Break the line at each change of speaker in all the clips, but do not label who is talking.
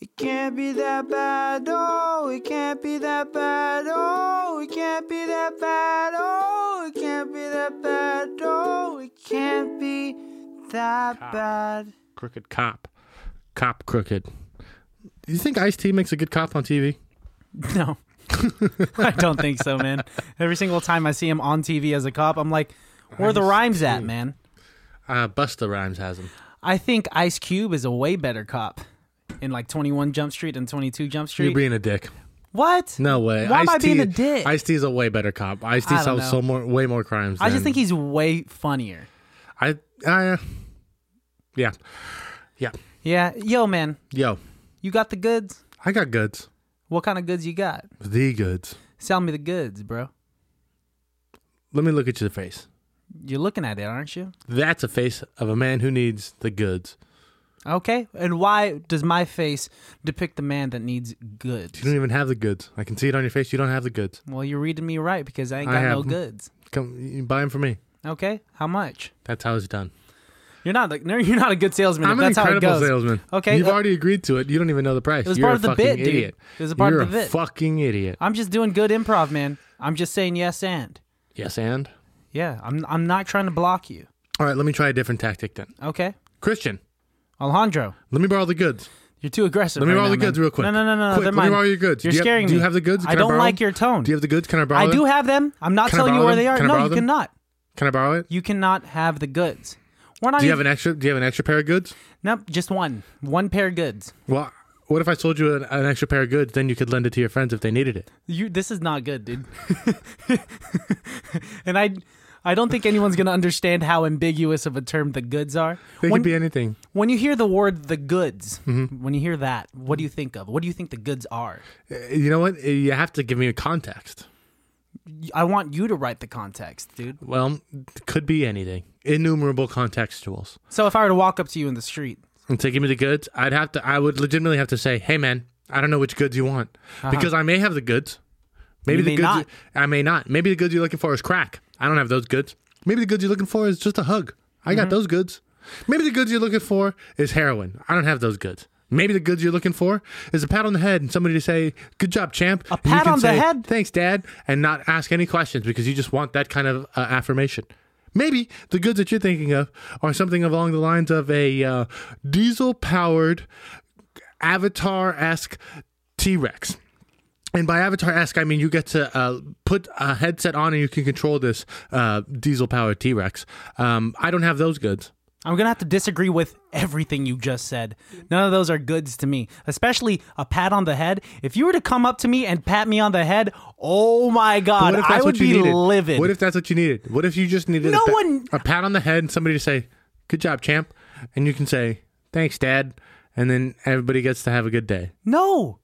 It can't be that bad, oh, it can't be that bad, oh, it can't be that bad, oh, it can't be that bad, oh, it can't be that
Cop.
bad.
Crooked cop. Cop crooked. Do you think Ice T makes a good cop on TV?
No. I don't think so, man. Every single time I see him on TV as a cop, I'm like, where are the
Ice
rhymes at, man?
Uh, Busta Rhymes has him.
I think Ice Cube is a way better cop in like 21 Jump Street and 22 Jump
You're
Street.
being a dick.
what?
No way.
Why am I
Ice-T-
being a dick?
Ice-T is a way better cop. Ice-T
I don't
solves
know.
so more, way more crimes.
I just
than-
think he's way funnier.
I, I, uh, yeah, yeah.
Yeah. Yo, man,
Yo,
you got the goods?
I got goods.
What kind of goods you got?
The goods.
Sell me the goods, bro.
Let me look at your face.
You're looking at it, aren't you?
That's a face of a man who needs the goods.
Okay. And why does my face depict the man that needs goods?
You don't even have the goods. I can see it on your face. You don't have the goods.
Well, you're reading me right because I ain't
I
got no
have-
goods.
Come, you buy them for me.
Okay. How much?
That's how it's done.
You're not like no, you're not a good salesman. if
I'm an
that's how it
incredible
goes.
salesman.
Okay,
you've
uh,
already agreed to it. You don't even know the price.
It was
You're
part
a
of the
fucking
bit, dude.
idiot.
It was a part of
You're
the bit.
fucking idiot.
I'm just doing good improv, man. I'm just saying yes and.
Yes, and
Yeah, I'm I'm not trying to block you.
all right. Let me try a different tactic then.
Okay,
Christian,
Alejandro,
let me borrow the goods.
you're too aggressive.
Let me
right
borrow
now,
the goods
man.
real quick.
No, no, no, no. never
Quick, let me
mind.
borrow your goods.
You're
Do you have-
scaring
do
me.
you have the goods?
I
Can I
don't
borrow
like
them?
your tone.
Do you have the goods? Can I borrow
I
them?
do have them. I'm not
Can I
telling you
borrow
where
them?
they are.
Can I
no,
borrow
you
them?
cannot.
Can I borrow it?
You cannot have the goods. We're not.
Do you have
even,
an extra? Do you have an extra pair of goods?
nope, just one. One pair of goods.
Well, what if I sold you an, an extra pair of goods? Then you could lend it to your friends if they needed it.
You. This is not good, dude. and I. I don't think anyone's going to understand how ambiguous of a term the goods are.
They
When-
could be Mm-hmm. anything.
When you hear the word the goods, when you hear that, what do you think of? What do you think the goods are?
Uh, You know what? Uh, You have to give me a context.
I want you to write the context, dude.
Well, it could be anything. Innumerable contextuals.
So if I were to walk up to you in the street,
And say, give me the goods. I'd have to. I would legitimately have to say, hey man, I don't know which goods you want because I may have the goods. Maybe
Uh-huh. You
the
may
goods.
not.
I may not. Maybe the goods you're looking for is crack. I don't have those goods. Maybe the goods you're looking for is just a hug. I
Mm-hmm.
got those goods. Maybe the goods you're looking for is heroin. I don't have those goods. Maybe the goods you're looking for is a pat on the head and somebody to say, "Good job, champ." A
pat on the head?
Thanks, Dad, and not ask any questions because you just want that kind of uh, affirmation. Maybe the goods that you're thinking of are something along the lines of a uh, diesel-powered Avatar-esque T-Rex. And by Avatar esque, I mean you get to uh, put a headset on and you can control this uh, diesel powered T Rex. Um, I don't have those goods.
I'm going to have to disagree with everything you just said. None of those are goods to me, especially a pat on the head. If you were to come up to me and pat me on the head, oh my God, I would be
needed?
livid.
What if that's what you needed? What if you just needed
No
a, pa-
one-
a pat on the head and somebody to say, "Good job, champ," and you can say, "Thanks, Dad," and then everybody gets to have a good day.
no.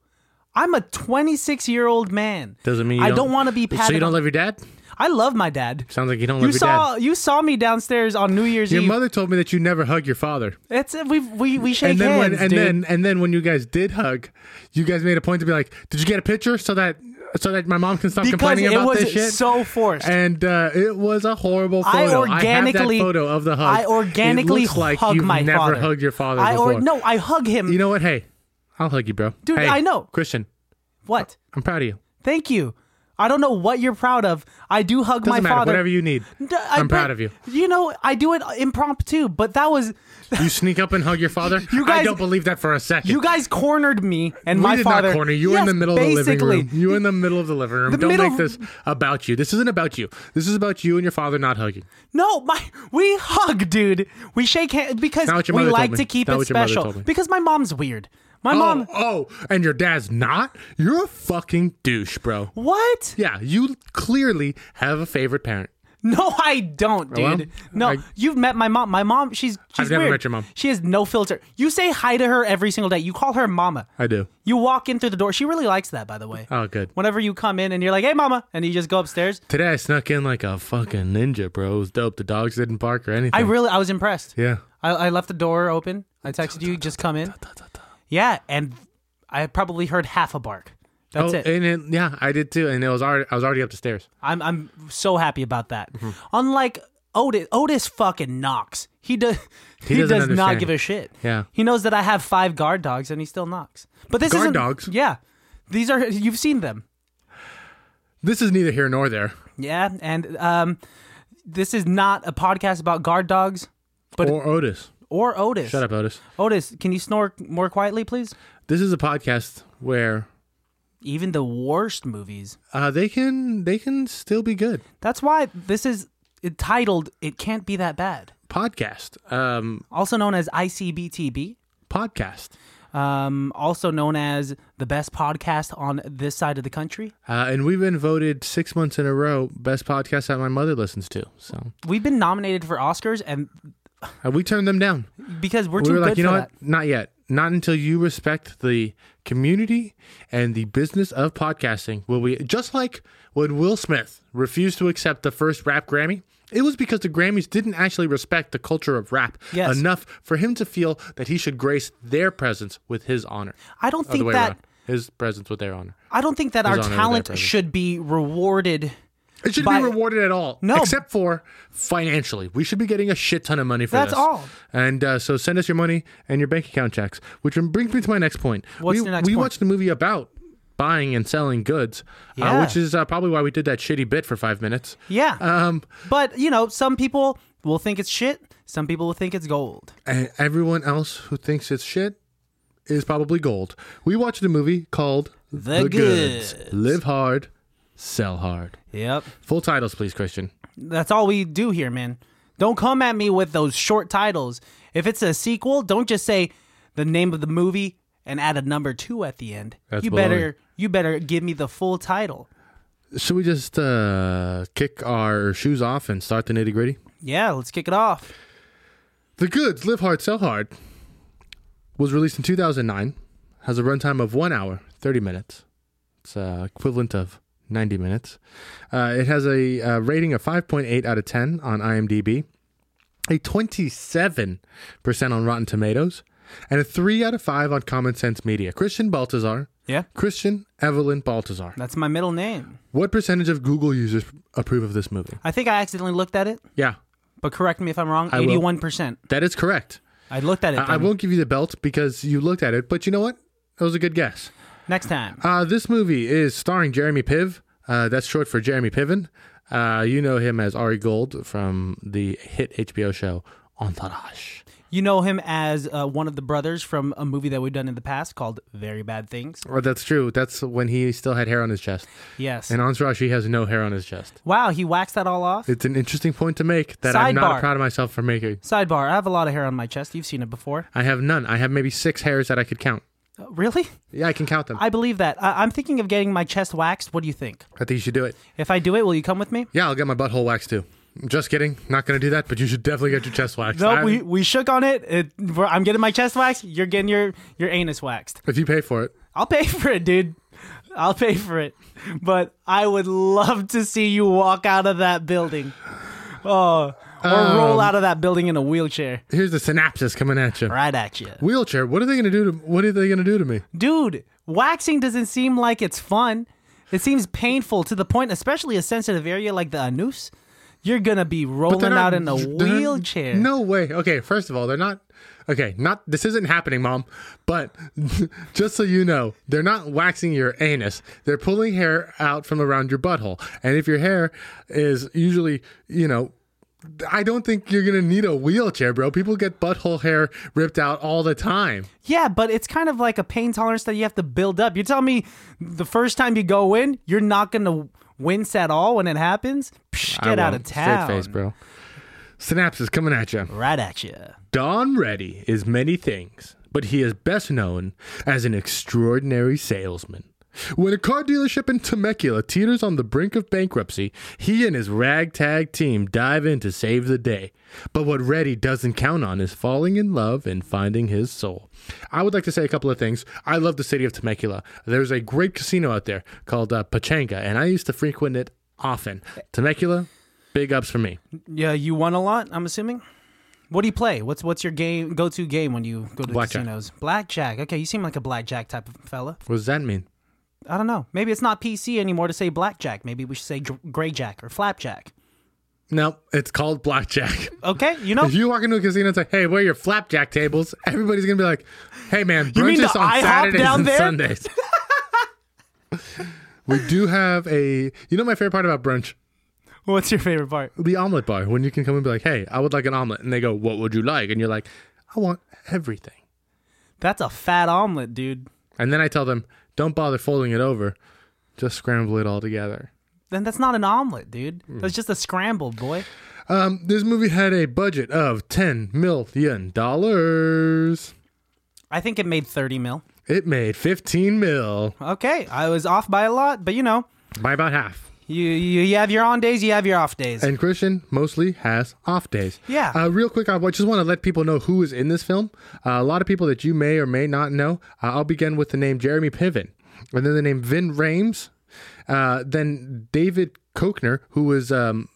I'm a 26 year old man.
Doesn't mean you
I don't, want to be patted.
So you don't
on-
love your dad?
I love my dad.
Sounds like you don't love
You
your
saw
dad.
you saw me downstairs on New Year's
Your
Eve.
mother told me that you never hug your father.
It's we we we shake
and then
hands,
when and
dude.
then and then when you guys did hug, you guys made a point to be like, "Did you get a picture so that so that my mom can stop
because
complaining
it
about
was
this shit?"
so forced.
and uh, it was a horrible photo.
I
have that
organically
photo of the hug.
I organinically
it looks like
hug
you've
my
never
father.
hugged your father
I
before.
or no, I hug him.
You know what? Hey, I'll hug you, bro.
Dude,
Hey,
I know.
Christian,
what?
I'm proud of you.
Thank you. I don't know what you're proud of. I do hug
Doesn't
my
matter.
father.
Whatever you need,
D- I
I'm
bet-
proud of you.
You know, I do it impromptu, but that was
You sneak up and hug your father.
You guys-
I don't believe that for a second.
you guys cornered me and
we
my
did
father.
not corner you. Were in
Yes,
the middle of the
basically.
living room. You were in the middle of the living room.
The
Don't
middle-
make this about you. This isn't about you. This is about you and your father not hugging.
No, my we hug, dude. We shake hands because
Not what your
we
mother told
like
me.
to keep
Not
it
what your mother
special.
told me.
Because my mom's weird. My mom.
Oh, oh, and your dad's not. You're a fucking douche, bro.
What?
Yeah, you clearly have a favorite parent.
No, I don't, dude.
well,
no,
I-
you've met my mom. My mom, she's, she's
I've never
weird.
met your mom.
She has no filter. You say hi to her every single day. You call her mama.
I do.
You walk in through the door. She really likes that, by the way.
Oh, good.
Whenever you come in and you're like, "Hey, mama," and you just go upstairs.
Today I snuck in like a fucking ninja, bro. It was dope. The dogs didn't bark or anything.
I really, I was impressed.
yeah.
I, I left the door open. I texted you, just come in. Yeah, and I probably heard half a bark. That's
oh,
it.
and it, yeah, I did too. And it was already I was already up the stairs. Mm-hmm.
I'm I'm so happy about that. Unlike Otis Otis fucking knocks. He does. He, does
doesn't
not
understand.
give a shit.
Yeah.
He knows that I have five guard dogs, and he still knocks. But this
Guard
isn't
dogs?
Yeah. These are you've seen them.
This is neither here nor there.
Yeah, and um, this is not a podcast about guard dogs But-
or Otis.
or Otis.
Shut up, Otis.
Otis, can you snore more quietly, please?
This is a podcast where
Even the worst movies.
uh, they can they can still be good.
That's why this is entitled "It Can't Be That Bad,"
Podcast. Um,
also known as ICBTB.
podcast.
um, also known as the best podcast on this side of the country.
Uh, and we've been voted six months in a row best podcast that my mother listens to. So
We've been nominated for Oscars, and
uh, we turned them down.
because we're
we
too
were like,
good
you
for
know
that.
what? Not yet. Not until you respect the community and the business of podcasting will we. Just like when Will Smith refused to accept the first rap Grammy, it was because the Grammys didn't actually respect the culture of rap
Yes.
enough for him to feel that he should grace their presence with his honor.
I don't
Other
think
Oh, way
that
around. his presence with their honor.
I don't think that our
honor with their
talent
presence.
should be rewarded.
It shouldn't
By-
be rewarded at all.
No.
Except for financially. We should be getting a shit ton of money for
That's
this.
all.
And uh, so send us your money and your bank account checks, which brings me to my next point.
What's
we
your next
we
point?
watched the movie about buying and selling goods,
Yeah.
uh, which is uh, probably why we did that shitty bit for five minutes.
Yeah,
Um,
but you know, some people will think it's shit. Some people will think it's gold.
and everyone else who thinks it's shit is probably gold. We watched a movie called
The Goods.
Live Hard, Sell Hard.
Yep,
Full titles, please, Christian.
that's all we do here, man. Don't come at me with those short titles. If it's a sequel, don't just say the name of the movie and add a number two at the end.
That's
you
baloney.
better, you better give me the full title.
Should we just uh, kick our shoes off and start the nitty gritty?
Yeah, let's kick it off.
The Goods Live Hard, Sell Hard was released in 2009, has a runtime of 1 hour, 30 minutes. It's uh, equivalent of 90 minutes. Uh, it has a uh, rating of 5.8 out of 10 on IMDb, a 27% on Rotten Tomatoes, and a 3 out of 5 on Common Sense Media. Christian Baltazar.
Yeah.
Christian Evelyn Baltazar.
That's my middle name.
What percentage of Google users approve of this movie?
I think I accidentally looked at it,
Yeah,
but correct me if I'm wrong.
will.
Eighty-one percent.
that is correct.
I looked at it.
I I
then.
won't give you the belt because you looked at it, but you know what? That was a good guess.
Next time.
Uh, this movie is starring Jeremy Piv. Uh, that's short for Jeremy Piven. Uh, you know him as Ari Gold from the hit HBO show Entourage.
You know him as uh, one of the brothers from a movie that we've done in the past called Very Bad Things.
Well, that's true. That's when he still had hair on his chest.
Yes.
And Entourage, he has no hair on his chest.
wow, he waxed that all off.
It's an interesting point to make that I'm not
Sidebar.
proud of myself for making.
Sidebar, I have a lot of hair on my chest. You've seen it before.
I have none. I have maybe six hairs that I could count.
Uh, really?
Yeah, I can count them.
I
I,
believe that. I- I'm thinking of getting my chest waxed. What do you think?
think you should do it.
If I do it, will you come with me?
Yeah, I'll get my butthole waxed too. Just kidding. Not going to do that, but you should definitely get your chest waxed.
No,
I-
we, we shook on it. it we're- I'm getting my chest waxed. You're getting your, your anus waxed.
If you pay for it.
I'll pay for it, dude. I'll pay for it. But I would love to see you walk out of that building. Oh, or roll out of that building in a wheelchair
Here's the synapses coming at you.
right at you.
Wheelchair. What are they gonna do to? What are they gonna do to me?
Dude, waxing doesn't seem like it's fun. It seems painful to the point, especially a sensitive area like the anus. You're going to be
They're
rolling
not-
out in a
they're not-
wheelchair.
No way. Okay. First of all, they're not. Okay. Not. This isn't happening, mom. But just so you know, they're not waxing your anus. They're pulling hair out from around your butthole. And if your hair is usually, you know. I don't think you're gonna need a wheelchair, bro. People get butthole hair ripped out all the time.
Yeah, but it's kind of like a pain tolerance that you have to build up. You tell me the first time you go in, you're not going to wince at all when it happens? Psh,
I
get out of
won't.
town.
Straight face, bro. Synapses coming at you.
Right at you.
Don Reddy is many things, but he is best known as an extraordinary salesman. When a car dealership in Temecula teeters on the brink of bankruptcy, he and his ragtag team dive in to save the day. But what Reddy doesn't count on is falling in love and finding his soul. I would like to say a couple of things. I love the city of Temecula. There's a great casino out there called uh, Pachanga, and I used to frequent it often. Temecula, big ups for me.
Yeah, you won a lot, I'm assuming. What do you play? What's what's your game go to game when you go to
Blackjack.
casinos? Blackjack. Okay, you seem like a blackjack type of fella.
What does that mean?
I don't know. Maybe it's not PC anymore to say blackjack. Maybe we should say gr- grayjack or flapjack.
No, it's called blackjack.
Okay, you know.
If you walk into a casino and say, "Hey, where are your flapjack tables?" Everybody's gonna be like, "Hey, man, brunch
mean the
is on
IHOP
Saturdays
down
and
there?
Sundays." we do have a. You know my favorite part about brunch,
What's your favorite part?
the omelet bar. When you can come and be like, "Hey, I would like an omelet," and they go, "What would you like?" and you're like, "I want everything."
That's a fat omelet, dude.
And then I tell them, "Don't bother folding it over, just scramble it all together."
Then that's not an omelet, dude. That's just a scrambled boy.
Um, this movie had a budget of ten million dollars.
I think it made 30 mil.
It made fifteen mil
Okay, I was off by a lot, but you know,
by about half.
you you, you have your on days, you have your off days.
And Christian mostly has off days.
Yeah.
Uh, real quick, I just want to let people know who is in this film. Uh, a lot of people that you may or may not know. Uh, I'll begin with the name Jeremy Piven, and then the name Vin Rames, uh, then David Kochner, who was um,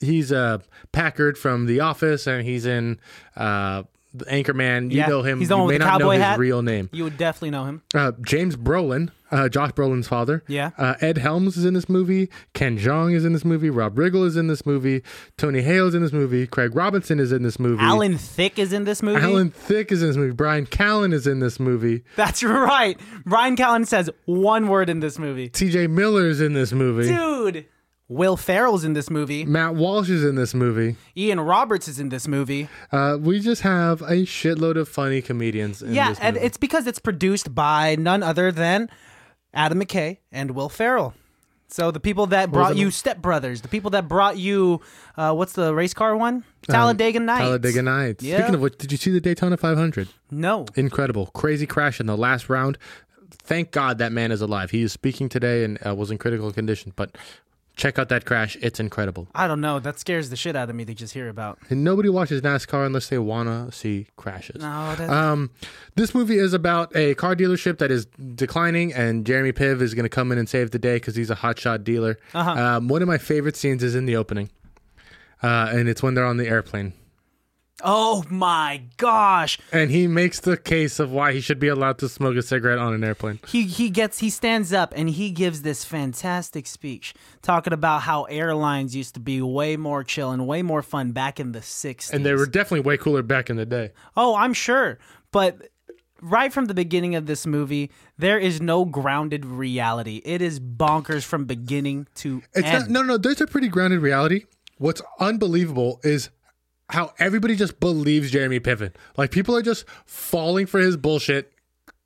he's uh, Packard from The Office, and he's in uh, The Anchorman. You
Yeah,
know him.
he's the
you
one
may
with the
not know
cowboy
his
hat.
real name.
you would definitely know him.
Uh, James Brolin, uh, Josh Brolin's father.
Yeah.
Uh, Ed Helms is in this movie. Ken Jeong is in this movie. Rob Riggle is in this movie. Tony Hale is in this movie. Craig Robinson is in this movie.
Alan Thick is in this movie.
Alan Thick is in this movie. Brian Callen is in this movie.
That's right. Brian Callen says one word in this movie.
T.J. Miller is in this movie.
Dude. Will Farrell's in this movie.
Matt Walsh is in this movie.
Ian Roberts is in this movie.
Uh, we just have a shitload of funny comedians. In
yeah,
this
and
movie.
it's because it's produced by none other than Adam McKay and Will Farrell. So the people that brought you Step Brothers, the people that brought you uh, what's the race car one? Talladega Nights.
Um, Talladega Nights.
Yeah.
Speaking of which, did you see the Daytona 500?
No.
incredible crazy crash in the last round thank god that man is alive he is speaking today and uh, was in critical condition but check out that crash it's incredible
I don't know. That scares the shit out of me to just hear about.
and nobody watches nascar unless they wanna see crashes
No, that,
um, this movie is about a car dealership that is declining, and Jeremy Piv is going to come in and save the day because he's a hotshot dealer.
Uh-huh.
Um, one of my favorite scenes is in the opening, uh, and it's when they're on the airplane,
oh my gosh.
and he makes the case of why he should be allowed to smoke a cigarette on an airplane.
he he gets he stands up and he gives this fantastic speech talking about how airlines used to be way more chill and way more fun back in the 60s.
And they were definitely way cooler back in the day.
Oh, I'm sure. But right from the beginning of this movie, there is no grounded reality. It is bonkers from beginning to
It's
end.
not, no, no. There's a pretty grounded reality. What's unbelievable is how everybody just believes Jeremy Piven. Like people are just falling for his bullshit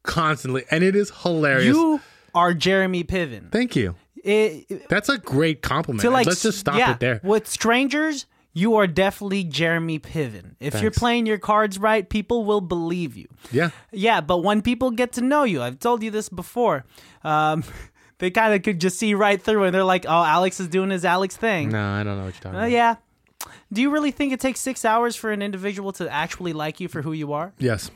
constantly, and it is hilarious.
you are Jeremy Piven.
Thank you.
It- it-
That's a great compliment.
to like
Let's just stop
yeah,
it there.
With strangers, you are definitely Jeremy Piven. If you're playing your cards right, people will believe you.
Yeah.
Yeah, but when people get to know you, I've told you this before. Um, they kind of could just see right through, and they're like, "Oh, Alex is doing his Alex thing."
No, I don't know what you're talking
Uh,
about.
yeah. Do you really think it takes six hours for an individual to actually like you for who you are?
Yes.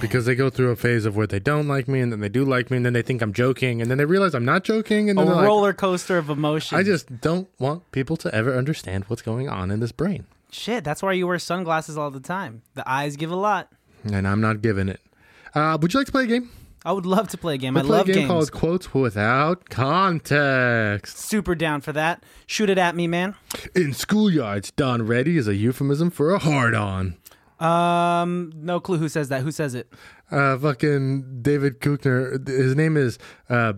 Because they go through a phase of where they don't like me, and then they do like me, and then they think I'm joking, and then they realize I'm not joking, and
A
then they're like,
roller coaster of emotion.
I just don't want people to ever understand what's going on in this brain.
Shit, that's why you wear sunglasses all the time. The eyes give a lot.
and I'm not giving it. Uh, would you like to play a game?
I would love to play a game. I
play
love
a game
games.
called Quotes Without Context.
Super down for that. Shoot it at me, man.
In schoolyards, Don Ready is a euphemism for a hard on.
Um, no clue who says that. Who says it?
Uh, fucking David Kuchner, his name is uh,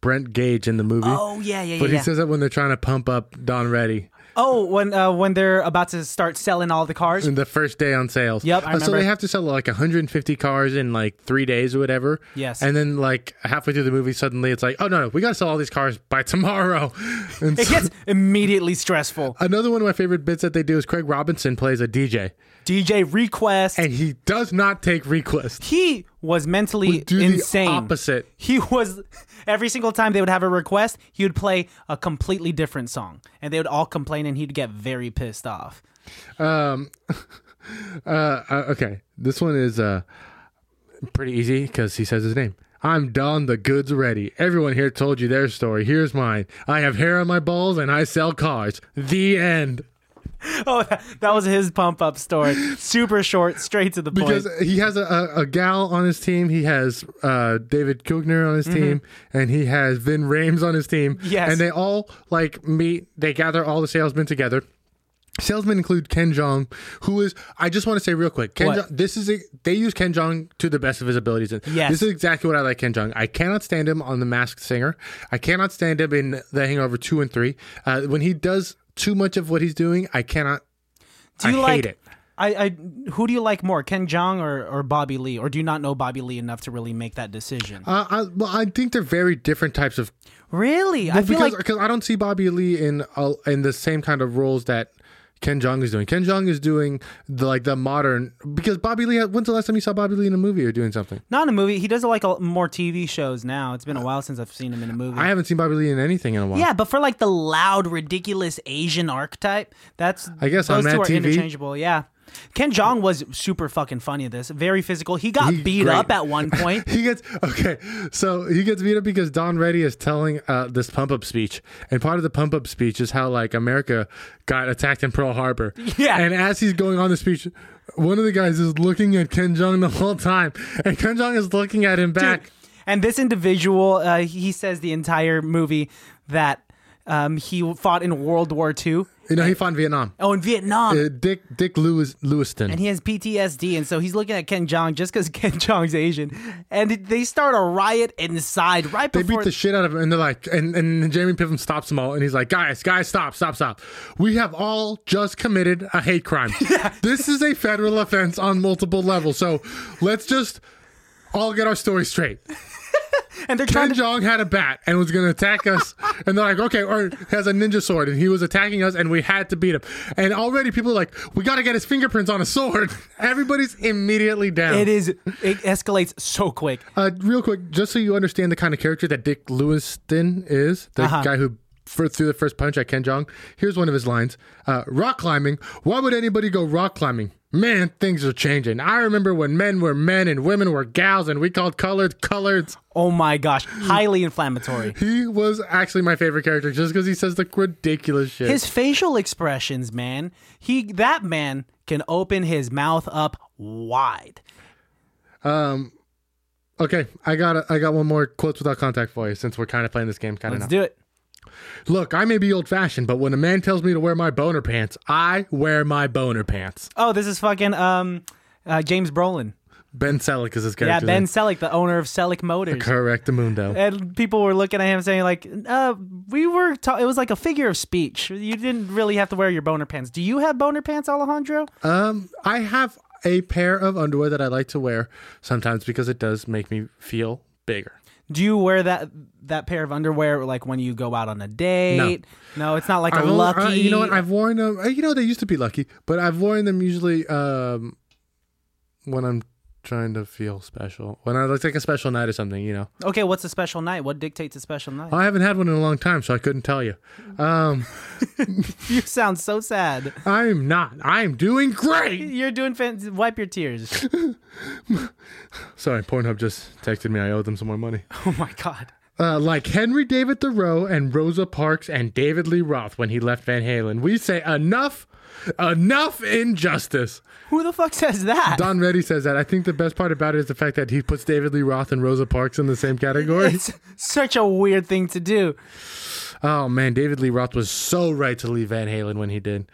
Brent Gage in the movie.
Oh yeah, yeah, yeah.
But he
yeah.
says that when they're trying to pump up Don Ready
oh, when uh, when they're about to start selling all the cars.
in the first day on sales.
Yep, I
Uh, so
remember.
they have to sell like 150 cars in like three days or whatever.
Yes.
And then like halfway through the movie, suddenly it's like, oh no, no we got to sell all these cars by tomorrow. And
It
so-
gets immediately stressful.
Another one of my favorite bits that they do is Craig Robinson plays a DJ,
DJ request.
and he does not take requests.
he was mentally
do the
insane.
opposite.
He was every single time they would have a request, he would play a completely different song, and they would all complain, and he'd get very pissed off.
Um, uh, uh, okay, this one is uh, pretty easy because he says his name. I'm Don the Goods Ready. Everyone here told you their story. Here's mine. I have hair on my balls and I sell cars. The end.
Oh, that, that was his pump up story. Super short, straight to the point.
Because he has a, a, a gal on his team. He has uh, David Kugner on his team, and he has Vin Rames on his team.
Mm-hmm. Yes.
And they all like meet. They gather all the salesmen together. Salesmen include Ken Jong, who is I just want to say real quick, Ken
What?
Jong, this is a, they use Ken Jong to the best of his abilities. And
Yes.
This is exactly what I like Ken Jong. I cannot stand him on The Masked Singer. I cannot stand him in The Hangover 2 and 3. Uh, when he does too much of what he's doing, I cannot
Do you
I
like
hate it.
I, I who do you like more, Ken Jong or, or Bobby Lee, or do you not know Bobby Lee enough to really make that decision?
Uh, I, well, I think they're very different types of
really, I feel
because
like
cause I don't see Bobby Lee in uh, in the same kind of roles that Ken Jong is doing. Ken Jong is doing the like the modern because Bobby Lee. When's the last time you saw Bobby Lee in a movie or doing something?
not in a movie. He does like a, more TV shows now. It's been a while since I've seen him in a movie.
I haven't seen Bobby Lee in anything in a while.
yeah, but for like the loud, ridiculous Asian archetype, that's
I guess on
those two
Mad
are
TV.
interchangeable. Yeah, Ken Jong was super fucking funny. in This very physical. He got
He-
beat
great.
up at one point.
He gets okay, so he gets beat up because Don Reddy is telling uh, this pump up speech, and part of the pump up speech is how like America got attacked in Pearl Harbor.
Yeah.
and as he's going on the speech, one of the guys is looking at Ken Jong the whole time, and Ken Jong is looking at him back.
And this individual, uh, he says the entire movie that um, he fought in World War II.
You know, he fought in Vietnam.
Oh, in Vietnam.
Uh, Dick Dick Lewis Lewiston.
and he has PTSD, and so he's looking at Ken Jong just because Ken Jong's Asian, and they start a riot inside right
they
before.
beat the shit out of him, and they're like, and and Jeremy Piven stops them all, and he's like, guys, guys, stop, stop, stop. We have all just committed a hate crime. This is a federal offense on multiple levels. So let's just all get our story straight.
and they're trying
Ken
to.
Jong had a bat and was going to attack us, and they're like, okay, or has a ninja sword, and he was attacking us, and we had to beat him. And already people are like, we got to get his fingerprints on a sword. Everybody's immediately down.
It is. It escalates so quick.
Uh, real quick, just so you understand the kind of character that Dick Lewiston is, the
Uh-huh.
guy who fir- threw the first punch at Ken Jong. Here's one of his lines: uh, "Rock climbing. Why would anybody go rock climbing? Man, things are changing. I remember when men were men and women were gals, and we called colored coloreds."
Oh my gosh, highly inflammatory.
He was actually my favorite character just because he says the ridiculous shit.
His facial expressions, man. He that man can open his mouth up wide.
okay, I got a, I got one more quotes without contact for you since we're kind of playing this game kind of
Let's
now.
do it.
Look, I may be old fashioned, but when a man tells me to wear my boner pants, I wear my boner pants.
Oh, this is fucking um, uh, James Brolin.
Ben Selleck is his
Yeah,
character.
Ben
name.
Selleck, the owner of Selleck Motors.
Correct, Mundo.
and people were looking at him saying like uh we were ta- it was like a figure of speech you didn't really have to wear your boner pants do you have boner pants alejandro
Um, I have a pair of underwear that I like to wear sometimes because it does make me feel bigger.
do you wear that that pair of underwear like when you go out on a date no, it's not like a
I've only-
lucky
uh, you know what? I've worn them. uh, You know they used to be lucky, but I've worn them usually um, when I'm trying to feel special. When I like take a special night or something, you know. Oh,
okay what's a special night what dictates a special night
I haven't had one in a long time, so I couldn't tell you. Um,
you sound so sad
I'm not. I'm doing great.
you're doing fan- wipe your tears
Sorry, Pornhub just texted me. I owe them some more money.
oh my god
Uh, like Henry David Thoreau and Rosa Parks and David Lee Roth when he left Van Halen. We say enough, enough injustice.
who the fuck says that
Don Reddy says that. I think the best part about it is the fact that he puts David Lee Roth and Rosa Parks in the same category.
it's such a weird thing to do
oh man, David Lee Roth was so right to leave Van Halen when he did.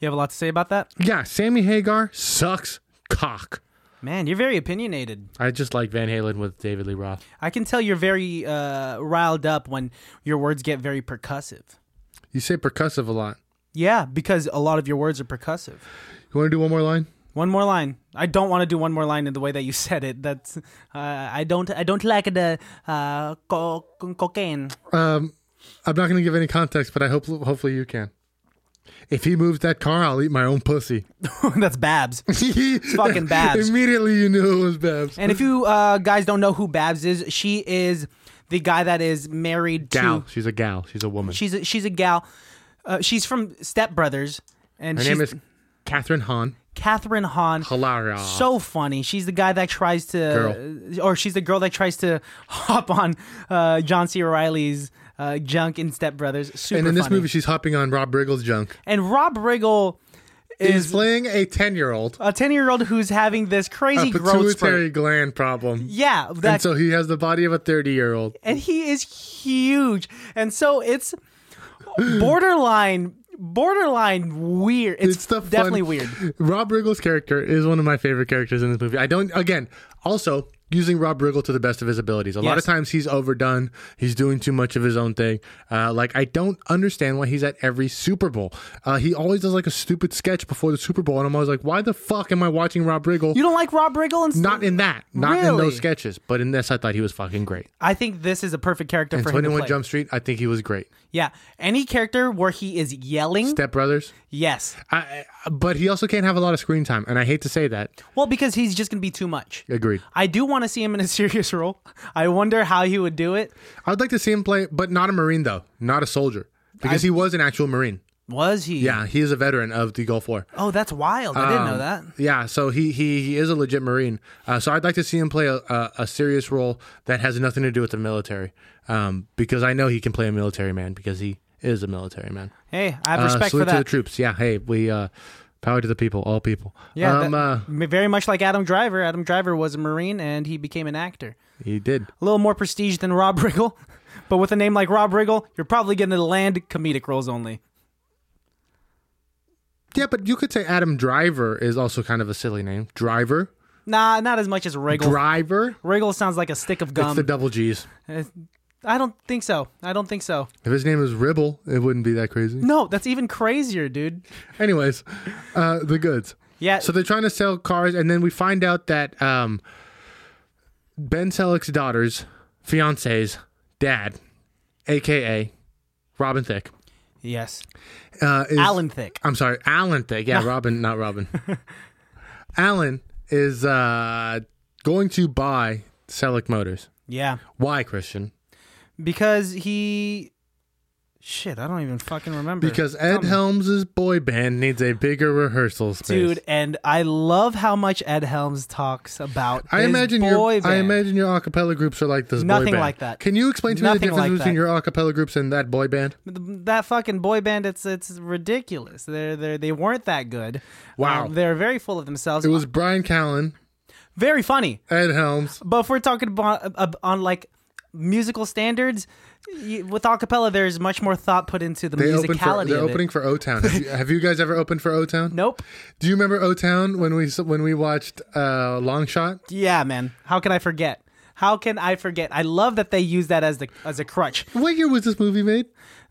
you have a lot to say about that
Yeah, Sammy Hagar sucks cock.
man you're very opinionated
I just like Van Halen with David Lee Roth.
I can tell you're very uh, riled up when your words get very percussive.
You say percussive a lot.
Yeah, because a lot of your words are percussive.
You want to do one more line?
One more line. I don't want to do one more line in the way that you said it. That's uh, I don't I don't like the uh, co- cocaine.
Um, I'm not going to give any context, but I hope hopefully you can. If he moves that car, I'll eat my own pussy.
That's Babs.
fucking
Babs.
Immediately you knew it was Babs.
And if you uh, guys don't know who Babs is, she is the guy that is married
gal.
to.
She's a gal. She's a woman.
She's a, she's a gal. Uh, she's from Step Brothers, and
Her
she's
name is Catherine Hahn.
Catherine Hahn.
Hilaria.
so funny. She's the guy that tries to, or she's the girl that tries to hop on uh, John C. Riley's uh, junk in Step Brothers. Super
and in this
funny.
movie, she's hopping on Rob Riggle's junk.
and Rob Riggle
He's
is
playing a 10 year old,
a ten-year-old who's having this
a
crazy growth spurt.
pituitary gland problem.
Yeah,
And
that,
so he has the body of a 30 year old.
and he is huge, and so it's borderline borderline weird. It's,
It's the fun-
definitely weird.
Rob Riggle's character is one of my favorite characters in this movie. I don't again also using Rob Riggle to the best of his abilities. A lot of
Yes.
times he's overdone. He's doing too much of his own thing. Uh, like I don't understand why he's at every Super Bowl. Uh, he always does like a stupid sketch before the Super Bowl, and I'm always like, why the fuck am I watching Rob Riggle?
You don't like Rob Riggle and
not in that, not in
Really?
those sketches, but in this, I thought he was fucking great.
I think this is a perfect character for him
Twenty
to
One
play.
Jump Street, I think he was great.
Yeah, any character where he is yelling.
Step Brothers,
yes.
I, I- but he also can't have a lot of screen time, and I hate to say that.
Well, because he's just gonna be too much.
Agreed.
I do want to see him in a serious role. I wonder how he would do it.
I'd like to see him play, but not a Marine though, not a soldier, because he was an actual Marine.
Was he?
Yeah, Um, he is a veteran of the Gulf War.
Oh, that's wild. I didn't know that.
Yeah, so he he, he is a legit Marine. Uh, so I'd like to see him play a, a, a serious role that has nothing to do with the military, um, because I know he can play a military man because he is a military man.
Hey, I have
Uh,
respect
salute
for
to the
that.
troops. Yeah, hey, we uh, power to the people, all people.
Yeah,
um,
that-
uh,
m- very much like Adam Driver. Adam Driver was a Marine and he became an actor.
he did.
A little more prestige than Rob Riggle, but with a name like Rob Riggle, you're probably going to land comedic roles only.
Yeah, but you could say Adam Driver is also kind of a silly name. Driver,
Nah, not as much as Riggle.
driver.
Riggle sounds like a stick of
It's
gum.
the double G's.
Uh, I don't think so. I don't think so.
If his name was Ribble, it wouldn't be that crazy.
No, that's even crazier, dude.
Anyways, uh, the goods.
Yeah.
So they're trying to sell cars, and then we find out that um, Ben Selleck's daughter's fiance's dad, aka Robin Thicke,
yes.
uh, is
Alan Thick.
I'm sorry, Alan Thicke. Yeah, Robin, not Robin. Alan is uh, going to buy Selleck Motors.
Yeah.
Why, Christian?
Because he. Shit, I don't even fucking remember.
Because Ed Helms' boy band needs a bigger rehearsal space.
Dude, and I love how much Ed Helms talks about.
I
his
imagine
boy
your I
band.
imagine your acapella groups are like this. boy
Nothing
band.
like that.
Can you explain to me the
Nothing
difference
like
between
that.
your acapella groups and that boy band?
that fucking boy band it's it's ridiculous they're they they weren't that good Um,
Wow.
they're very full of themselves
It was Brian Callen,
very funny
Ed Helms.
but if we're talking about uh, on like musical standards you, with acapella there's much more thought put into the
They opened for
musicality
they're
of
opening
it
for O Town. Have, you- have you guys ever opened for O Town?
nope
Do you remember O Town when we s- when we watched uh, Long Shot?
yeah man how can i forget how can i forget i love that they use that as the as a crutch
What year was this movie made?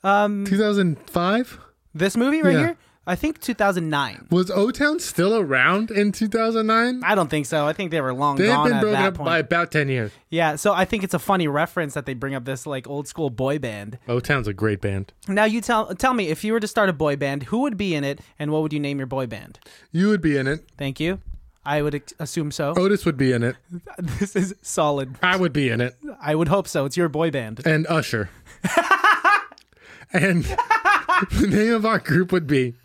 Um, 2005.
this movie right
Yeah.
here i think 2009
Was O Town still around in 2009?
I don't think so. I think they were long
They had
gone
been
at
broken
that
up
point.
by about 10 years.
yeah, so I think it's a funny reference that they bring up this like old school boy band.
O Town's a great band.
Now you tell tell me if you were to start a boy band, who would be in it, and what would you name your boy band?
You would be in it.
Thank you. I would ex- assume so.
Otis would be in it.
This is solid.
I would be in it.
I would hope so. It's your boy band.
and Usher. and the name of our group would be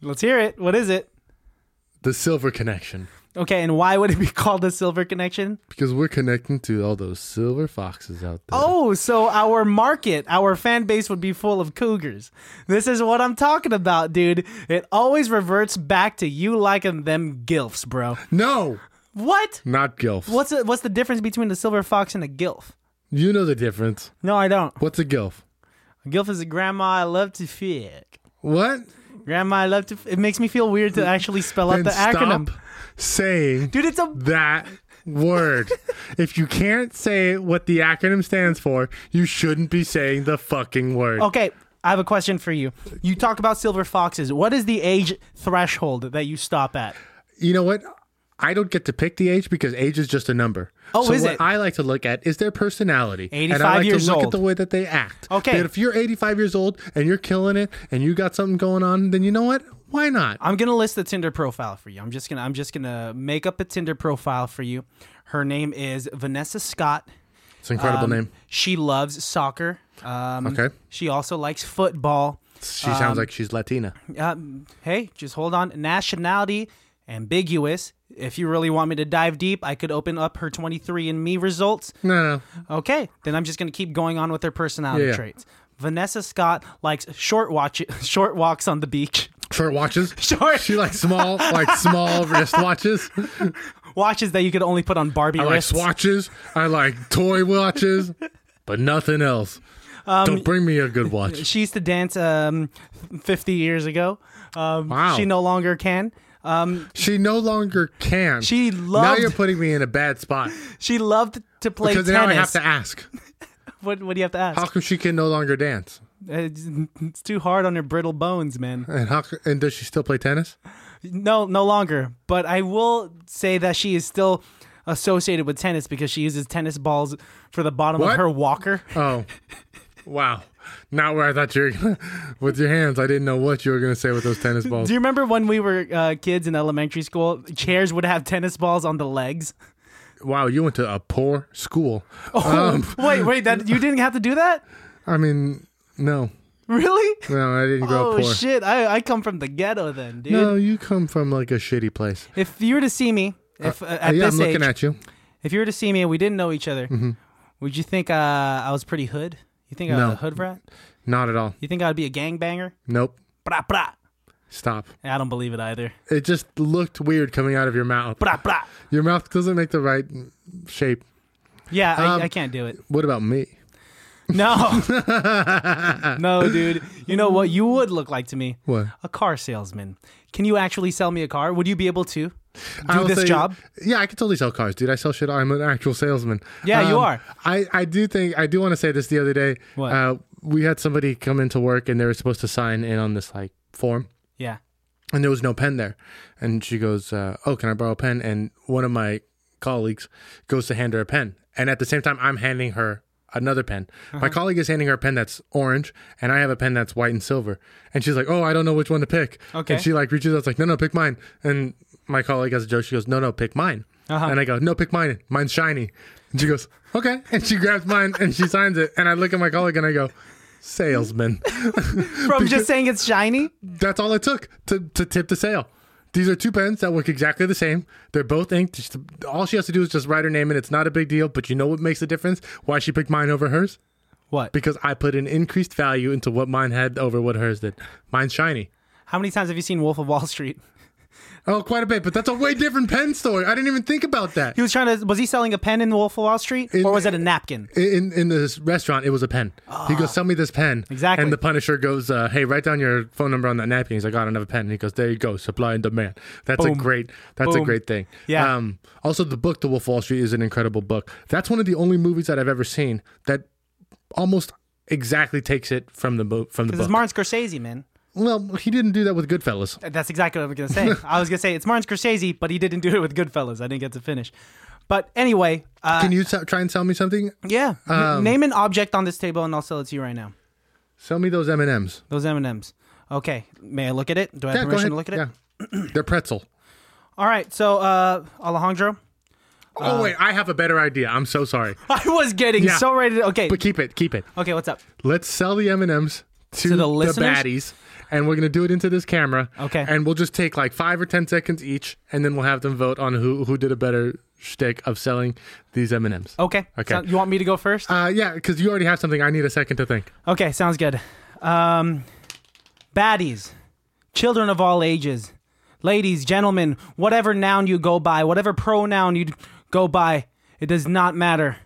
Let's hear it. What is it?
the Silver Connection
Okay, and why would it be called the Silver Connection?
because we're connecting to all those silver foxes out there.
Oh, so our market, our fan base would be full of cougars. This is what I'm talking about, dude. It always reverts back to you liking them gilfs, bro.
No,
What?
not gilfs.
What's the, what's the difference between a silver fox and a gilf?
You know the difference.
No, I don't.
What's a gilf?
Gilf is a grandma I love to fuck.
What?
Grandma I love to. F- it makes me feel weird to actually spell out
Then
the
stop
acronym.
saying
Dude, it's a.
that word. if you can't say what the acronym stands for, you shouldn't be saying the fucking word.
Okay, I have a question for you. You talk about silver foxes. What is the age threshold that you stop at?
you know what? I don't get to pick the age because age is just a number.
Oh,
so
is
what
it?
I like to look at is their personality.
85
and I like
years
to look at
old.
the way that they act.
Okay.
That if you're 85 years old and you're killing it and you got something going on, then you know what? Why not?
I'm gonna list the Tinder profile for you. I'm just gonna I'm just gonna make up a Tinder profile for you. Her name is Vanessa Scott.
It's an incredible
Um,
name.
She loves soccer. Um,
Okay.
She also likes football.
She sounds like she's Latina.
Um, hey, just hold on. Nationality ambiguous. If you really want me to dive deep, I could open up her 23andMe results.
No, no.
Okay, then I'm just gonna keep going on with her personality
Yeah, yeah.
traits. Vanessa Scott likes short watch short walks on the beach.
Short watches.
Short
She likes small, like small wrist watches.
watches that you could only put on Barbie
I like
wrists.
swatches. I like toy watches, but nothing else. Don't bring me a good watch.
Um, She used to dance um, 50 years ago. Um,
Wow.
She no longer can. Um,
She no longer can.
She
Now
loved-
you're putting me in a bad spot
she loved to play
because now
tennis.
I have to ask.
what, what do you have to ask? Uh,
How come she can no longer dance?
It's, it's too hard on her brittle bones, man.
And how? c- And does she still play tennis?
No, no longer. But I will say that she is still associated with tennis because she uses tennis balls for the bottom of
What?
her walker.
Oh, wow! Not where I thought you were. Gonna, with your hands, I didn't know what you were gonna say with those tennis balls.
Do you remember when we were uh, kids in elementary school? Chairs would have tennis balls on the legs.
Wow, you went to a poor school.
Oh,
Um.
wait, wait, that you didn't have to do that?
I mean, no,
Really?
no, I didn't grow
Oh
up poor.
shit! I, I come from the ghetto, then, dude.
No, you come from like a shitty place.
If you were to see me, if uh,
Uh,
at
yeah, I'm
this
looking
age,
at you.
if you were to see me and we didn't know each other, would you think uh, I was pretty hood? You think I
No.
was a hood rat?
Not at all.
You think I'd be a gangbanger?
Nope.
Bra bra.
Stop.
I don't believe it either.
It just looked weird coming out of your mouth.
Bra bra.
Your mouth doesn't make the right shape.
Yeah,
Um,
I, I can't do it.
What about me?
No, no, dude. You know what? You would look like to me
What?
a car salesman. Can you actually sell me a car? Would you be able to?
I will
this
say-
job?
Yeah, I can totally sell cars, dude. I sell shit. I'm an actual salesman. Um,
Yeah, you are.
I, I do think I do want to say this the other day.
What?
Uh, we had somebody come into work and they were supposed to sign in on this like form.
Yeah.
and there was no pen there. And she goes, uh, "Oh, can I borrow a pen?" And one of my colleagues goes to hand her a pen, and at the same time, I'm handing her another pen.
Uh-huh.
My colleague is handing her a pen that's orange, and I have a pen that's white and silver. And she's like, "Oh, I don't know which one to pick."
Okay.
And she like reaches out, like, "No, no, pick mine." And my colleague has a joke. She goes, "No, no, pick mine."
Uh-huh.
And I go, "No, pick mine. Mine's shiny." And she goes, "Okay." And she grabs mine and she signs it. And I look at my colleague and I go, "Salesman."
From just saying it's shiny.
That's all it took to, to tip the sale. These are two pens that look exactly the same. They're both inked. Just- all she has to do is just write her name in. It's not a big deal, but you know what makes the difference? Why she picked mine over hers?
What?
Because I put an increased value into what mine had over what hers did. Mine's shiny.
How many times have you seen Wolf of Wall Street?
Oh, quite a bit, but that's a way different pen story. I didn't even think about that.
He was trying to. Was he selling a pen in Wolf of Wall Street, or was it a napkin?
In in this restaurant, it was a pen. he goes, "Sell me this pen."
Ah. Exactly.
And the Punisher goes, uh, "Hey, write down your phone number on that napkin." He's like, "Oh, "I don't have a pen." And he goes, "There you go, supply and demand." That's a
Boom.
great. That's a
Boom.
great thing.
Yeah.
Um, also, the book The Wolf of Wall Street is an incredible book. That's one of the only movies that I've ever seen that almost exactly takes it from the book. From the
This
book.
is Martin Scorsese, man.
well, he didn't do that with Goodfellas.
That's exactly what I'm gonna say. I was gonna say it's Martin Scorsese, but he didn't do it with Goodfellas. I didn't get to finish. But anyway, uh,
Can you s- try and sell me something?
yeah.
um,
N- Name an object on this table, and I'll sell it to you right now.
Sell me those M and M's.
Those M and M's. Okay. May I look at it? Do I have
Yeah, go
permission
ahead.
to look at it?
Yeah. They're pretzel.
All right. So, uh, Alejandro, Uh,
oh wait, I have a better idea. I'm so sorry,
I was getting
Yeah.
so ready. To, okay.
but keep it. Keep it.
okay. What's up?
Let's sell the M and M's to
the
the,
listeners?
baddies, and we're gonna do it into this camera.
Okay.
And we'll just take like five or ten seconds each, and then we'll have them vote on who who did a better shtick of selling these M and M's.
Okay.
Okay.
So- you want me to go first?
Uh, yeah, because you already have something. I need a second to think.
Okay, sounds good. Um, baddies, children of all ages, ladies, gentlemen, whatever noun you go by, whatever pronoun you go by, it does not matter.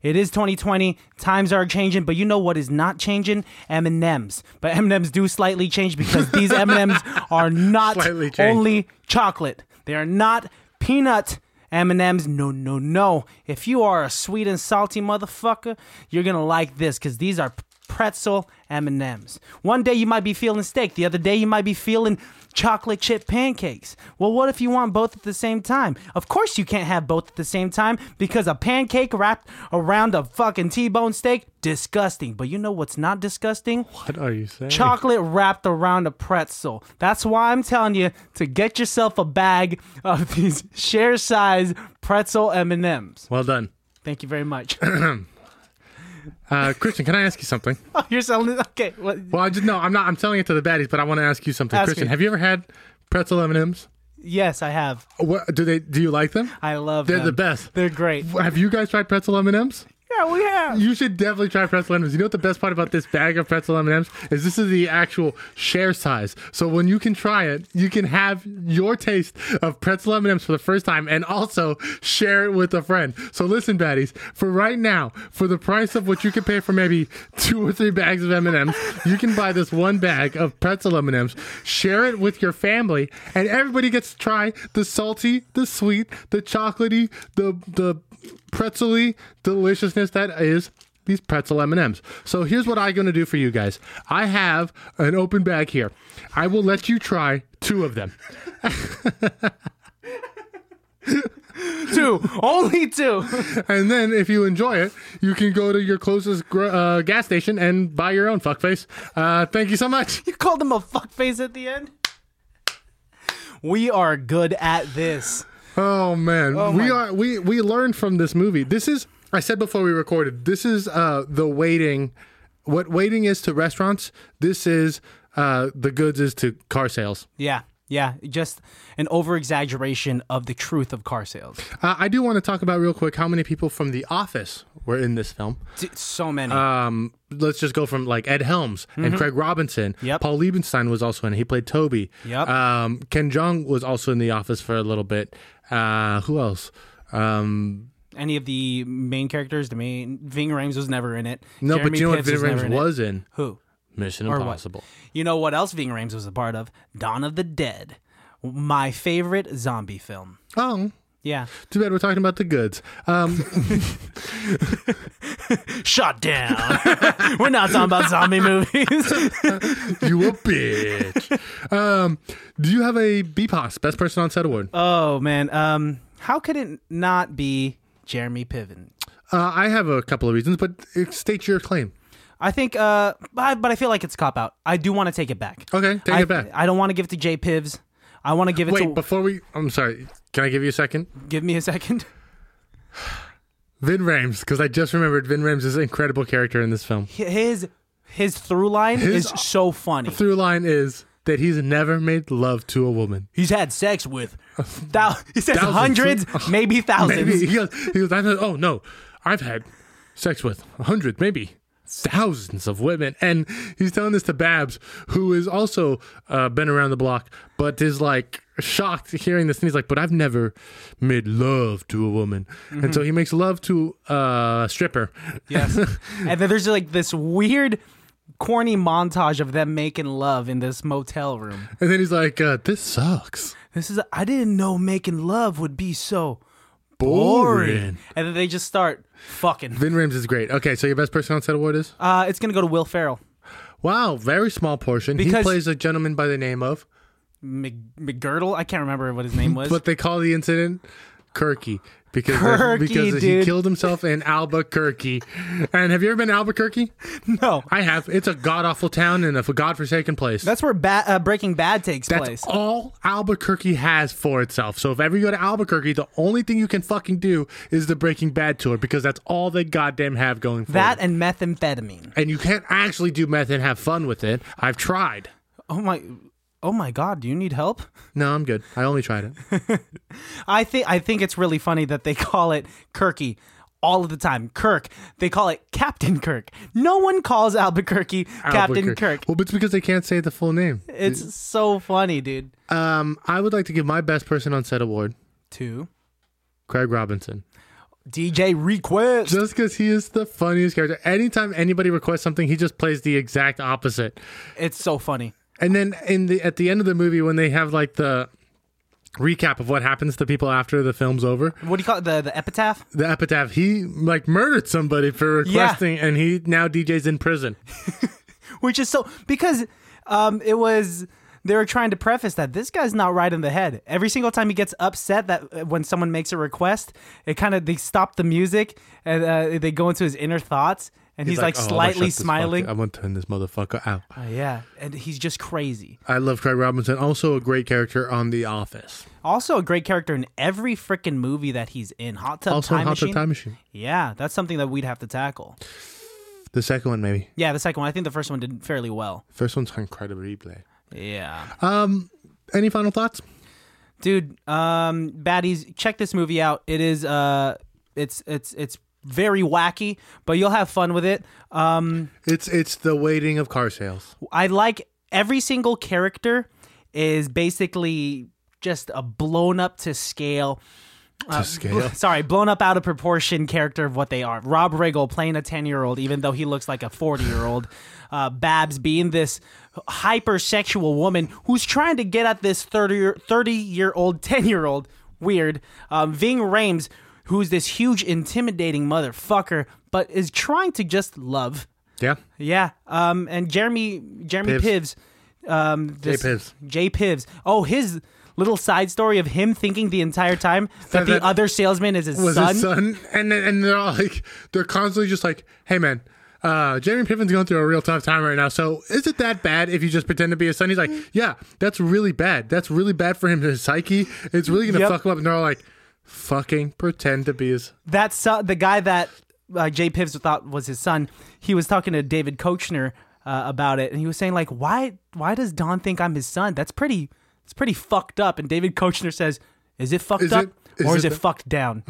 It is 2020. Times are changing, but you know what is not changing? M&Ms. But M&Ms do slightly change because these M&Ms are not
Slightly change.
only chocolate. They are not peanut M&Ms. No, no, no. If you are a sweet and salty motherfucker, you're going to like this cuz these are pretzel M&Ms. One day you might be feeling steak, the other day you might be feeling chocolate chip pancakes. Well, what if you want both at the same time? Of course you can't have both at the same time because a pancake wrapped around a fucking T-bone steak disgusting. But you know what's not disgusting?
What are you saying?
chocolate wrapped around a pretzel. That's why I'm telling you to get yourself a bag of these share size pretzel M&Ms.
well done,
Thank you very much.
uh, Christian. Can I ask you something?
oh, you're selling it? Okay. What?
Well, I just no, I'm not. I'm selling it to the baddies, but I want to ask you something,
Ask
Christian.
me.
Have you ever had pretzel M and M's?
Yes, I have.
What do they? Do you like them?
I love
They're
them.
the best.
They're great.
Have you guys tried pretzel M and M's?
Yeah, we have.
You should definitely try pretzel M&Ms. You know what the best part about this bag of pretzel M&Ms is? This is the actual share size. So when you can try it, you can have your taste of pretzel M&Ms for the first time and also share it with a friend. So listen, baddies, for right now, for the price of what you could pay for maybe two or three bags of M&Ms, you can buy this one bag of pretzel M&Ms, share it with your family, and everybody gets to try the salty, the sweet, the chocolatey, the the pretzely deliciousness that is these pretzel M&Ms. So here's what I'm going to do for you guys. I have an open bag here. I will let you try two of them.
Two. Only two.
And then if you enjoy it, you can go to your closest gr- uh, gas station and buy your own fuckface. Uh, thank you so much.
You called him a fuckface at the end? We are good at this.
Oh man, we
my-
are we we learned from this movie. This is I said before we recorded. This is uh the waiting what waiting is to restaurants. This is uh the goods is to car sales.
Yeah. Yeah. Just an over exaggeration of the truth of car sales.
Uh, I do want to talk about real quick how many people from The Office were in this film.
D- So many.
Um, let's just go from like Ed Helms and Craig Robinson.
Mm-hmm. Yep.
Paul Liebenstein was also in. it. He played Toby.
Yep.
Um, Ken Jeong was also in The Office for a little bit. Uh, who else? Um,
Any of the main characters, the main. Ving Rhames was never in it.
no,
Jeremy
but you
Piven
know what? Vin
never
Rames
in it.
was in
Who?
Mission
what?
Impossible.
You know what else Ving Rhames was a part of? Dawn of the Dead. My favorite zombie film.
Oh,
Yeah.
too bad we're talking about the goods. Um,
Shut down. We're not talking about zombie movies.
you a bitch. Um, do you have a BPOS, Best Person on Set Award?
oh man. Um how could it not be Jeremy Piven?
Uh, I have a couple of reasons, but uh, state your claim.
I think uh but but I feel like it's a cop out. I do want to take it back.
Okay, take
I,
it back.
I don't want to give it to J Pivs. I want to give it
Wait,
to
before we, I'm sorry. Can I give you a second?
Give me a second.
Vin Rames, because I just remembered Vin Rames is an incredible character in this film.
His his through line
His-
is so funny.
Through line is that he's never made love to a woman.
He's had sex with thou- he says
Thousands.
hundreds, maybe thousands.
Maybe he goes, he goes I know, oh no, I've had sex with a hundred, maybe thousands of women. And he's telling this to Babs, who is also uh, been around the block, but is like shocked hearing this. And he's like, but I've never made love to a woman. And so he makes love to uh, a stripper.
Yes. and then there's like this weird corny montage of them making love in this motel room.
And then he's like, uh, this sucks.
This is I didn't know making love would be so
Boring.
boring. And then they just start fucking.
Vin Rames is great. Okay, so your best person on set award is?
Uh, it's gonna go to Will Ferrell.
Wow, very small portion. he
Because-
plays a gentleman by the name of
Mc, McGirdle? I can't remember what his name was.
what they call the incident Kirky because
Kirky,
because he
dude.
killed himself in Albuquerque. And have you ever been to Albuquerque?
no,
I have. It's a god awful town and a godforsaken place.
that's where ba- uh, Breaking Bad takes
That's
place.
all Albuquerque has for itself. So if ever you go to Albuquerque, the only thing you can fucking do is the Breaking Bad tour because that's all they goddamn have going for
That and methamphetamine.
And you can't actually do meth and have fun with it. I've tried.
Oh my, oh my God! Do you need help?
No, I'm good. I only tried it.
I think I think it's really funny that they call it Kirky all of the time. Kirk. They call it Captain Kirk. No one calls Albuquerque Captain Kirk.
Well, but it's because they can't say the full name.
It's so funny, dude.
Um, I would like to give my best person on set award,
Two.
Craig Robinson,
DJ request.
just because he is the funniest character. Anytime anybody requests something, he just plays the exact opposite.
It's so funny.
And then in the at the end of the movie, when they have like the recap of what happens to people after the film's over,
What do you call it? The the epitaph?
the epitaph, he like murdered somebody for
Yeah.
requesting, and he now DJs in prison.
Which is so because um it was they were trying to preface that this guy's not right in the head. Every single time he gets upset that uh, when someone makes a request, it kind of they stop the music and uh, they go into his inner thoughts, and he's, like,
"Oh, I'm gonna shut
slightly
this fuck-
smiling.
I'm gonna turn this motherfucker out.
Uh, yeah, and he's just crazy.
I love Craig Robinson. Also a great character on The Office.
Also, a great character in every freaking movie that he's in. Hot Tub
Also
Time
in Hot Tub
Machine.
Time Machine.
Yeah, that's something that we'd have to tackle.
The second one, maybe.
Yeah, the second one. I think the first one did fairly well.
First one's incredible replay.
Yeah,
Um, any final thoughts?
dude. Um, baddies, check this movie out. It is uh, it's it's it's very wacky, but you'll have fun with it. Um,
It's it's the waiting of car sales.
I like every single character is basically just a blown up to scale.
to scale.
Sorry, blown up out of proportion character of what they are. Rob Riggle playing a 10 year old, even though he looks like a 40 year old. Uh, Babs being this hypersexual woman who's trying to get at this 30 year old, 10 year old. Weird. Um, Ving Rames, who's this huge, intimidating motherfucker, but is trying to just love.
Yeah.
Yeah. Um, and Jeremy Jeremy Pives,
Pives.
um, this,
Pives.
Jay Pives. Oh, his little side story of him thinking the entire time that,
That-
the
that
other salesman is his
Was
son.
his son, and then- and they're all like, they're constantly just like, "Hey, man, uh, Jeremy Piven's going through a real tough time right now. So is it that bad if you just pretend to be his son?" He's like,
Mm.
"Yeah, that's really bad. That's really bad for him, his psyche. It's really gonna
Yep.
fuck him up." And they're all like, "Fucking pretend to be his."
That's so- the guy that uh, Jay Pives thought was his son. He was talking to David Kochner uh, about it, and he was saying like, "Why? Why does Don think I'm his son? That's pretty. It's pretty fucked up." And David Kochner says, "Is it fucked
Is
up
it- is
or
it
is it
the-
fucked down?"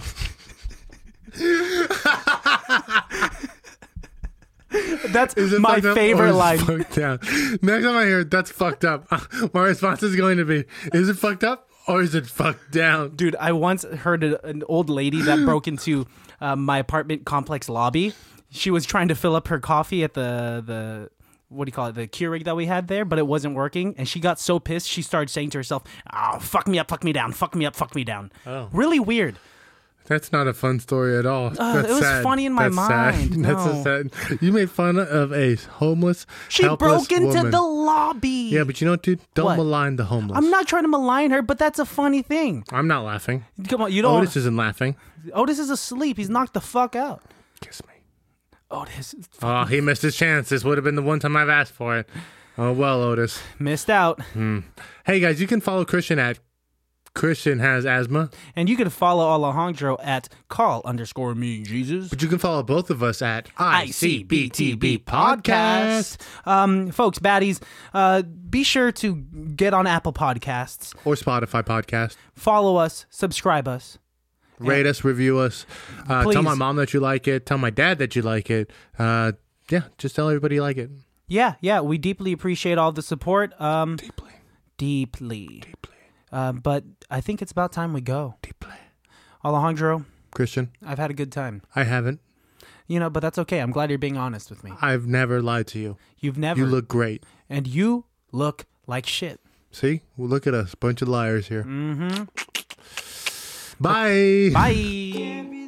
That's
Is it
my
fucked up or
favorite
is it
line.
fucked down? Next time I hear it, that's fucked up. My response is going to be, "Is it fucked up or is it fucked down?"
Dude, I once heard a, an old lady that broke into uh, my apartment complex lobby. She was trying to fill up her coffee at the the what do you call it the Keurig that we had there, but it wasn't working, and she got so pissed she started saying to herself, "Oh, fuck me up, fuck me down, fuck me up, fuck me down."
Oh.
Really weird.
That's not a fun story at all. That's
it was
sad.
funny in my
That's sad.
mind.
That's
No.
a sad. You made fun of a homeless.
She
helpless
broke into
woman.
the lobby.
Yeah, but you know what, dude? Don't
What?
malign the homeless.
I'm not trying to malign her, but that's a funny thing.
I'm not laughing.
Come on, you don't.
Otis
Otis,
isn't laughing.
is asleep. He's knocked the fuck out.
Kiss me.
Otis
Oh, he missed his chance. This would have been the one time I've asked for it. Oh well, Otis.
missed out.
Hey guys, you can follow Christian at Christian has asthma.
And you can follow Alejandro at call underscore me Jesus.
But you can follow both of us at
ICBTB
ICBTB Podcast.
Um, folks, baddies, uh, be sure to get on Apple Podcasts,
or Spotify Podcast.
follow us, subscribe us.
Rate us, review us. Uh, tell my
Please.
mom that you like it. Tell my dad that you like it. Uh, yeah, just tell everybody you like it.
Yeah, yeah, we deeply appreciate all the support. Um, deeply. Deeply.
Deeply,
Um, but I think it's about time we go.
deeply.
Alejandro,
Christian,
I've had a good time.
I haven't.
You know, but that's okay. I'm glad you're being honest with me.
I've never lied to you.
You've never.
You look great.
and you look like shit.
See, well, look at us, bunch of liars here. Mm-hmm. Bye.
Bye. oh,